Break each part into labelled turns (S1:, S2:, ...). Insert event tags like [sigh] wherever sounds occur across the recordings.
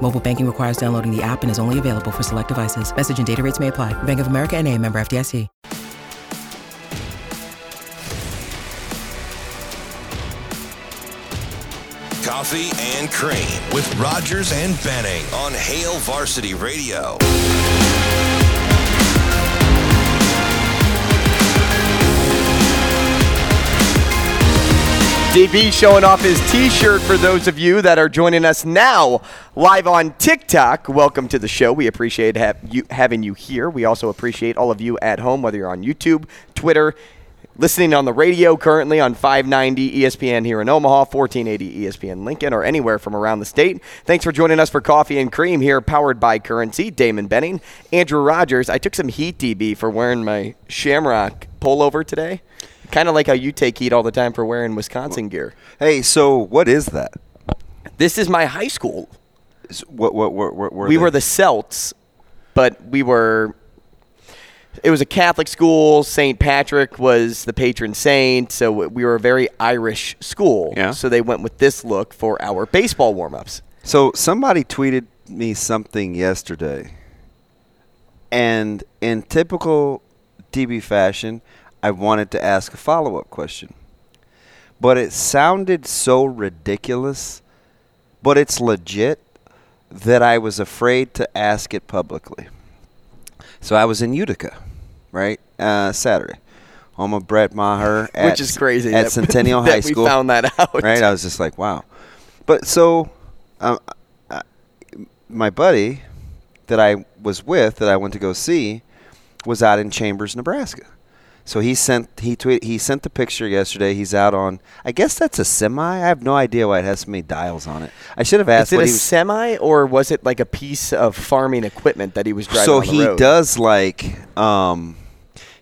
S1: Mobile banking requires downloading the app and is only available for select devices. Message and data rates may apply. Bank of America and a member FDIC.
S2: Coffee and Cream with Rogers and Benning on Hale Varsity Radio.
S3: DB showing off his t shirt for those of you that are joining us now live on TikTok. Welcome to the show. We appreciate ha- you, having you here. We also appreciate all of you at home, whether you're on YouTube, Twitter, listening on the radio currently on E 590 ESPN here in Omaha, E 1480 ESPN Lincoln, or anywhere from around the state. Thanks for joining us for Coffee and Cream here, powered by Currency. Damon Benning, Andrew Rogers. I took some heat, DB, for wearing my Shamrock pullover today. Kind of like how you take heat all the time for wearing Wisconsin gear.
S4: Hey, so what is that?
S3: This is my high school.
S4: Is- What what what, what were
S3: we
S4: they?
S3: were the Celts, but we were. It was a Catholic school. St. Patrick was the patron saint, so we were a very Irish school.
S4: Yeah.
S3: So they went with this look for our baseball warm ups.
S4: So somebody tweeted me something yesterday, and in typical DB fashion, I wanted to ask a follow up question, but it sounded so ridiculous, but it's legit that I was afraid to ask it publicly. So I was in Utica, right? Uh, Saturday. Home of Brett Maher, at,
S3: Which is crazy.
S4: at
S3: that- [laughs]
S4: Centennial
S3: that
S4: High School.
S3: We found that out.
S4: Right? uh, I was just like, wow. But so, um, I, my buddy that I was with, that I went to go see, was out in Chambers, Nebraska. So he sent he tweet he sent the picture yesterday. He's out on I guess that's a semi. I have no idea why it has so many dials on it. I should have
S3: Is
S4: asked.
S3: it
S4: what
S3: a
S4: he was,
S3: semi or was it like a piece of farming equipment that he was driving?
S4: so
S3: on the
S4: he
S3: road?
S4: does like um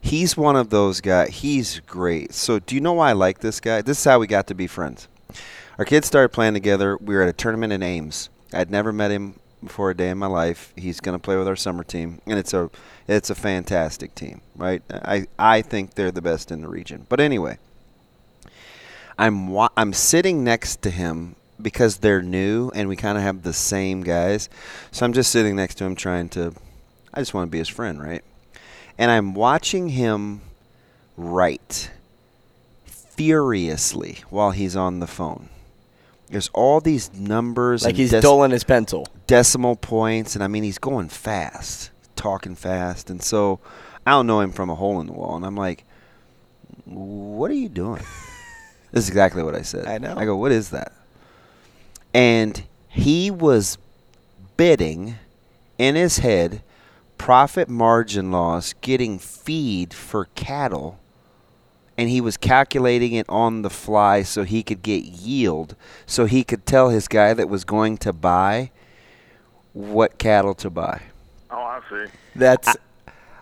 S4: he's one of those guys he's great so do you know why i like this guy this is how we got to be friends our kids started playing together we were at a tournament in ames i'd never met him before a day in my life he's going to play with our summer team and it's a it's a fantastic team right i i think they're the best in the region but anyway I'm wa- I'm sitting next to him because they're new and we kind of have the same guys. So I'm just sitting next to him trying to I just want to be his friend, right? And I'm watching him write furiously while he's on the phone. There's all these numbers
S3: Like
S4: and
S3: he's
S4: dec-
S3: doling his pencil.
S4: decimal points, and I mean he's going fast, talking fast, and so I don't know him from a hole in the wall, and I'm like, "What are
S3: [laughs]
S4: you doing?" this is exactly what I said.
S3: I know.
S4: I go, "What is that?" And he was bidding in his head profit margin loss, getting feed for cattle and he was calculating it on the fly so he could get yield so he could tell his guy that was going to buy what cattle to buy
S5: Oh, I see.
S3: That's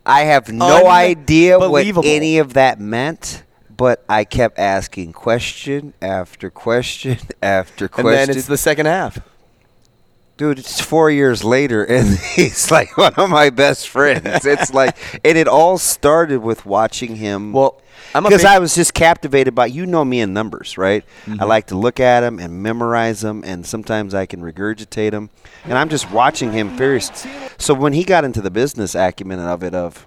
S4: i have
S3: Oh,
S4: no idea what
S3: Unbelievable.
S4: any of that meant but i kept asking question after question [laughs] after
S3: and
S4: question
S3: then it's the second half.
S4: dude it's four years later [laughs] and he's like one of my best friends it's like and it all started with watching him
S3: Well, I'm a
S4: because
S3: big- Mm-hmm.
S4: i was just captivated by you know me and numbers right i like to look at them and memorize them and sometimes i can regurgitate them and i'm just watching him furious so when he got into the business acumen of it of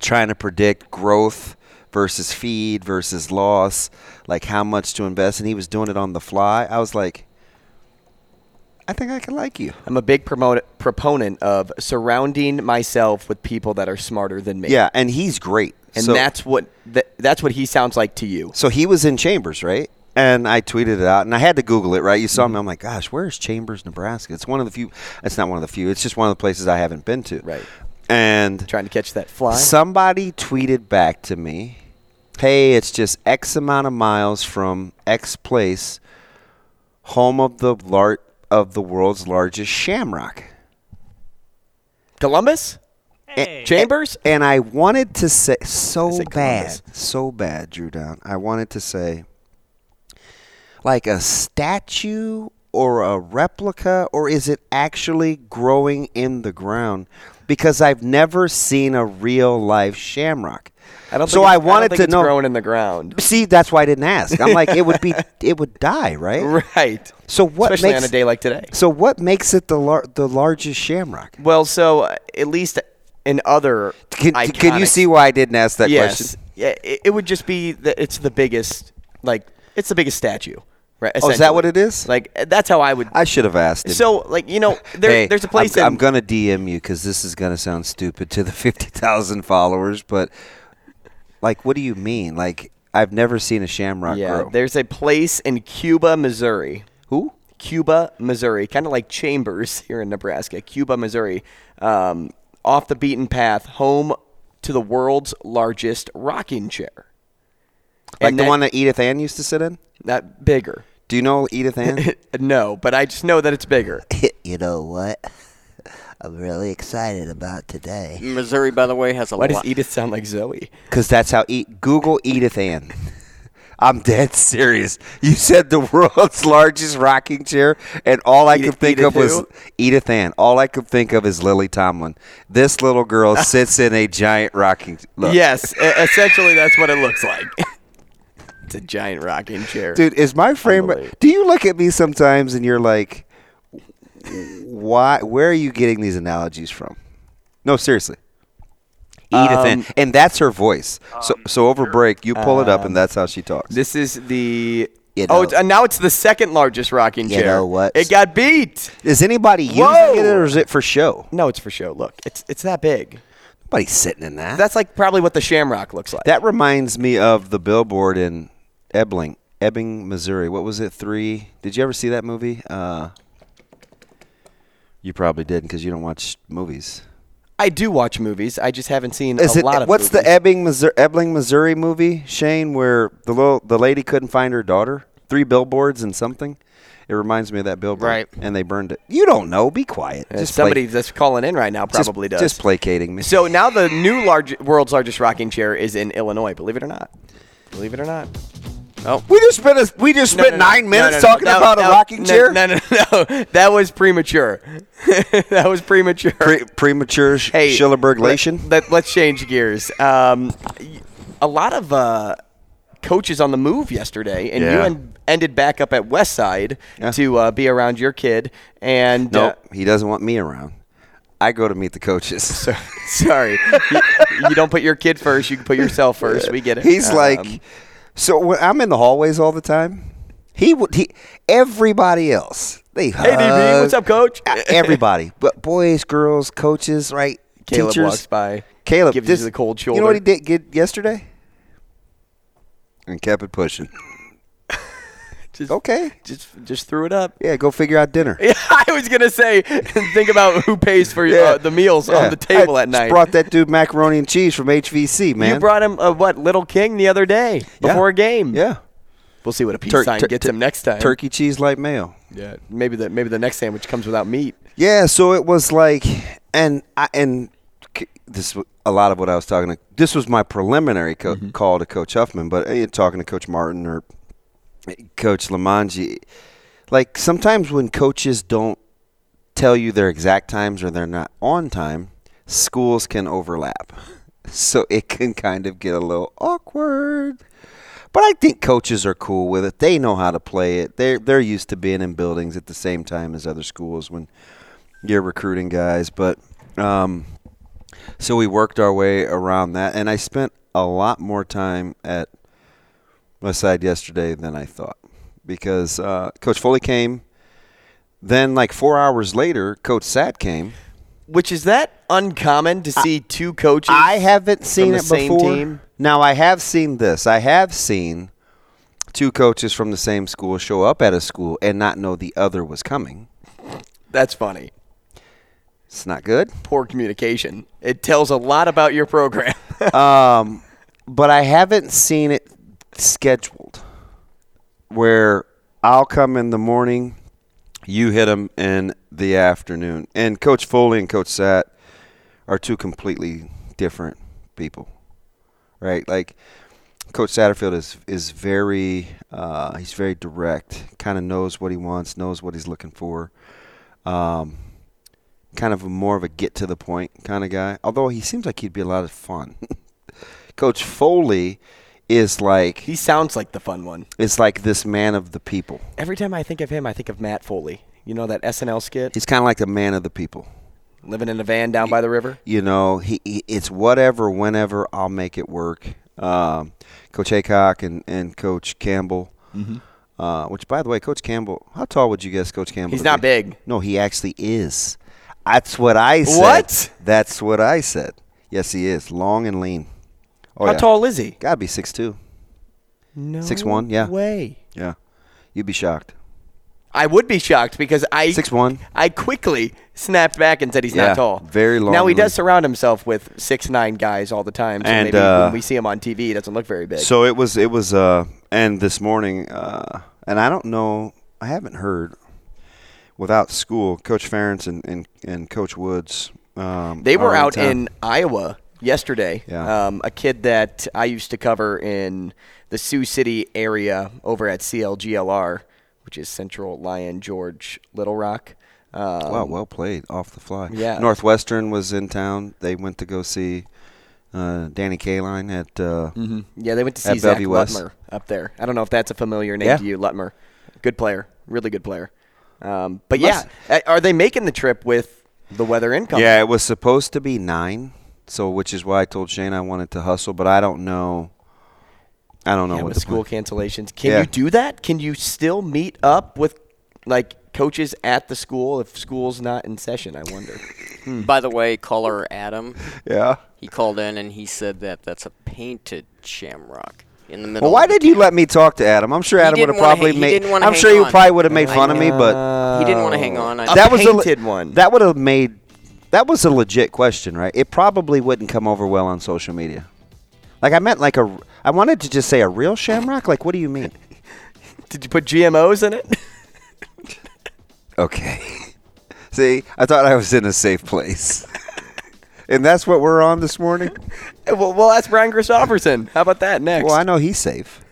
S4: trying to predict growth versus feed versus loss like how much to invest and he was doing it on the fly i was like i think i can like you
S3: I'm a big promote, proponent of surrounding myself with people that are smarter than me.
S4: Yeah, and he's great.
S3: and
S4: so,
S3: that's what th- that's what he sounds like to you.
S4: so he was in Chambers, right? And I tweeted it out, and I had to Google it, right? You
S3: Mm-hmm.
S4: saw me. I'm like, gosh, where is Chambers, Nebraska? It's one of the few. It's not one of the few. It's just one of the places I haven't been to.
S3: Right.
S4: And
S3: Trying to catch that fly.
S4: Somebody tweeted back to me, "Hey, it's just X amount of miles from X place, home of the lar- of the world's largest shamrock."
S3: Columbus?
S4: And-
S3: Chambers?
S4: Eh, And I wanted to say so
S3: I said Columbus.
S4: bad, so bad, Drew Down. I wanted to say like a statue or a replica, or is it actually growing in the ground? Because I've never seen a real life shamrock.
S3: I don't
S4: so
S3: think
S4: I
S3: it's- don't
S4: wanted
S3: think
S4: to
S3: it's
S4: know.
S3: growing in the ground. [laughs]
S4: See, that's why I didn't ask. I'm like, it would be, it would die, right?
S3: Right.
S4: So what
S3: Especially
S4: makes-
S3: on a day like today.
S4: So what makes it the lar- the largest shamrock?
S3: Well, so uh, at least in other
S4: Can, can you
S3: iconic-
S4: see why I didn't ask that
S3: yes.
S4: question?
S3: Yeah, it, it would just be that it's the biggest, like it's the biggest statue, right?
S4: Oh, is that what
S3: essentially.
S4: it is?
S3: Like uh, that's how I would.
S4: I should have asked. Him.
S3: so, like you know, there,
S4: Hey,
S3: there's a place.
S4: I'm,
S3: in,
S4: I'm gonna DM you because this is gonna sound stupid to the [laughs] fifty thousand followers, but like, what do you mean? Like, I've never seen a shamrock
S3: Yeah,
S4: grow.
S3: there's a place in Cuba, Missouri.
S4: Who?
S3: Cuba, Missouri, kind of like Chambers [laughs] here in Nebraska. Cuba, Missouri, um, off the beaten path, home to the world's largest rocking chair.
S4: Like
S3: And
S4: the
S3: that-
S4: one that Edith Ann used to sit in.
S3: Not bigger. [laughs]
S4: Do you know Edith Ann?
S3: No, but I just know that it's bigger.
S5: You know what? [laughs] I'm really excited about today.
S6: Missouri, by the way, has a
S3: Why does
S6: lot.
S3: Edith sound like Zoe?
S4: Because that's how e- Google Edith Ann. [laughs] I'm dead serious. You said the world's [laughs] largest rocking chair, and all I
S3: Edith-
S4: could think
S3: Edith
S4: of was
S3: who?
S4: Edith Ann. All I could think of is Lily Tomlin. This little [laughs] girl sits in a giant rocking. Look.
S3: Yes, e- essentially that's what it looks like. [laughs] it's a giant rocking chair.
S4: dude is my frame
S3: Unbelievable.
S4: do you look at me sometimes and you're like why where are you getting these analogies from no seriously edith Ann. and that's her voice so so over break you pull it up and that's how she talks
S3: This is the.
S5: You
S3: oh,
S5: know-
S3: it's, and now it's the second largest rocking
S5: You
S3: chair.
S5: know what?
S3: It got beat.
S4: is anybody using
S3: Whoa!
S4: it or is it for show
S3: No, it's for show. Look, it's it's that big.
S4: nobody's sitting in that
S3: That's like probably what the Shamrock looks like.
S4: that reminds me of the billboard in ebbing ebbing missouri what was it three did you ever see that movie uh you probably didn't because you don't watch movies
S3: I do watch movies. I just haven't seen
S4: Is
S3: a
S4: it
S3: lot of.
S4: what's the
S3: movies.
S4: Ebbing, Missouri, Ebbing, Missouri movie, Shane, where the little, the lady couldn't find her daughter? Three billboards and something. It reminds me of that billboard.
S6: Right.
S4: And they burned it. You don't know. Be quiet.
S3: Uh,
S4: Just
S3: somebody
S4: plac-
S3: that's calling in right now
S4: just-
S3: probably does.
S4: Just placating me.
S3: So now the new large, world's largest rocking chair is in Illinois. Believe it or not. Believe it or not.
S4: we just spent a, we just
S3: No,
S4: spent
S3: no, no.
S4: nine
S3: No,
S4: minutes
S3: no, no.
S4: talking
S3: No,
S4: about
S3: no,
S4: a rocking
S3: no,
S4: chair.
S3: No, no, no, [laughs] That was premature. [laughs] that was premature.
S4: Pre- premature sh-
S3: hey,
S4: Schillerberglation.
S3: Let, us change gears. Um, y- a lot of uh, coaches on the move yesterday, and you
S4: Yeah.
S3: en- ended back up at Westside
S4: Yeah.
S3: to uh, be around your kid. And uh,
S4: nope. he doesn't want me around. I go to meet the coaches.
S3: [laughs] sorry, you, you don't put your kid first. You put yourself first. We get it.
S4: [laughs] He's
S3: Um,
S4: like, so when I'm in the hallways all the time. He would he everybody else they
S3: Hey,
S4: uh,
S3: DB, what's up, Coach?
S4: everybody, but boys, girls, coaches, right?
S3: Caleb
S4: teachers.
S3: walks by.
S4: Caleb
S3: gives
S4: this-
S3: you the cold shoulder.
S4: You know what he did get yesterday? And kept
S3: [laughs]
S4: it pushing.
S3: Just,
S4: Okay.
S3: just just threw it up. [laughs]
S4: Yeah, go figure out dinner.
S3: Yeah, I was gonna say, [laughs] think about who pays for uh, the meals
S4: Yeah.
S3: on the table
S4: I
S3: at night.
S4: Just brought that dude macaroni and cheese from HVC, man.
S3: You brought him uh, what Little King the other day
S4: Yeah.
S3: before a game.
S4: Yeah.
S3: we'll see what a peace
S4: Tur-
S3: sign
S4: tur-
S3: gets
S4: tur-
S3: him next time.
S4: Turkey cheese light mayo.
S3: Yeah, maybe the maybe the next sandwich comes without meat.
S4: Yeah, so it was like, and I and c- this was a lot of what I was talking to. This was my preliminary co- call to Coach Huffman, but eh, talking to Coach Martin or eh, Coach Lamanji, like sometimes when coaches don't tell you their exact times or they're not on time, schools can overlap, [laughs] so it can kind of get a little awkward. But I think coaches are cool with it. They know how to play it. They're they're used to being in buildings at the same time as other schools when you're recruiting guys. But um, so we worked our way around that, and I spent a lot more time at Westside yesterday than I thought because uh, Coach Foley came. Then, like four hours later, Coach Sat came.
S3: Which is that uncommon to see two coaches?
S4: I haven't seen
S3: the
S4: it
S3: same
S4: before.
S3: team?
S4: Now I have seen this. I have seen two coaches from the same school show up at a school and not know the other was coming.
S3: That's funny.
S4: It's not good.
S3: Poor communication. It tells a lot about your program. [laughs]
S4: but I haven't seen it scheduled where I'll come in the morning, you hit them in the afternoon. And Coach Foley and Coach Sat are two completely different people, right? Like Coach Satterfield is is very uh, he's very direct. Kind of knows what he wants, knows what he's looking for. Um, kind of more of a get to the point kind of guy. Although he seems like he'd be a lot of fun. [laughs] Coach Foley is like
S3: He sounds like the fun one.
S4: is like this man of the people.
S3: Every time I think of him, I think of Matt Foley. You know that SNL skit,
S4: He's kind of like the man of the people.
S3: living in a van down by the river.
S4: You know, he, he it's whatever, whenever I'll make it work. Um, Coach Haycock and, and Coach Campbell.
S3: Mm-hmm.
S4: Uh, which, by the way, Coach Campbell, how tall would you guess Coach Campbell?
S3: He's
S4: to
S3: not
S4: be?
S3: big.
S4: No, he actually is. That's what I said.
S3: What?
S4: That's what I said. Yes, he is. Long and lean. Oh,
S3: How
S4: yeah.
S3: tall is he?
S4: Gotta be six two.
S3: No.
S4: 6'1",, yeah.
S3: Way.
S4: Yeah, you'd be shocked.
S3: I would be shocked because I
S4: Six one.
S3: I quickly snapped back and said he's
S4: Yeah,
S3: not tall.
S4: very long
S3: Now he
S4: leg.
S3: does surround himself with six nine guys all the time. So
S4: And,
S3: maybe
S4: uh,
S3: when we see him on TV, he doesn't look very big.
S4: So it was it was uh and this morning uh and I don't know I haven't heard without school Coach Ferentz and and, and Coach Woods um
S3: they were
S4: are
S3: out
S4: town.
S3: in Iowa yesterday.
S4: Yeah.
S3: Um, a kid that I used to cover in the Sioux City area over at CLGLR, which is Central Lion George Little Rock. Um,
S4: Wow, well played off the fly.
S3: Yeah.
S4: Northwestern was in town. They went to go see uh, Danny Kaline at uh,
S3: Yeah, they went to
S4: At
S3: see Zach
S4: Bellevue West.
S3: Lutmer up there. I don't know if that's a familiar name
S4: Yeah.
S3: to you, Lutmer. Good player, really good player. Um, but
S4: Must-
S3: yeah, a- are they making the trip with the weather income?
S4: Yeah, it was supposed to be nine, so which is why I told Shane I wanted to hustle, but I don't know. I don't know
S3: Yeah,
S4: what
S3: with
S4: the
S3: school
S4: plan-
S3: cancellations. Can
S4: Yeah.
S3: you do that? Can you still meet up with like coaches at the school if school's not in session? I
S4: [laughs]
S3: wonder.
S6: By the way, caller Adam,
S4: Yeah.
S6: he called in and he said that that's a painted shamrock in the middle.
S4: Well, why
S6: of the
S4: did you
S6: town.
S4: let me talk to Adam? I'm sure Adam would
S6: didn't
S4: have
S6: wanna
S4: probably
S6: hang- he
S4: made.
S6: didn't wanna
S4: I'm
S6: hang
S4: sure he
S6: on.
S4: probably would have made fun of me, but
S6: He didn't want to
S4: Oh.
S6: hang on. I
S4: that was a le-
S3: painted one.
S4: That would have made. That was a legit question, right? It probably wouldn't come over well on social media. Like I meant, like a. I wanted to just say a real shamrock. Like, what do you mean?
S3: Did you put GMOs in it? [laughs]
S4: [laughs] Okay. [laughs] See, I thought I was in a safe place, [laughs] and that's what we're on this morning.
S3: well, we'll ask Brian Christopherson. How about that next?
S4: Well, I know he's safe.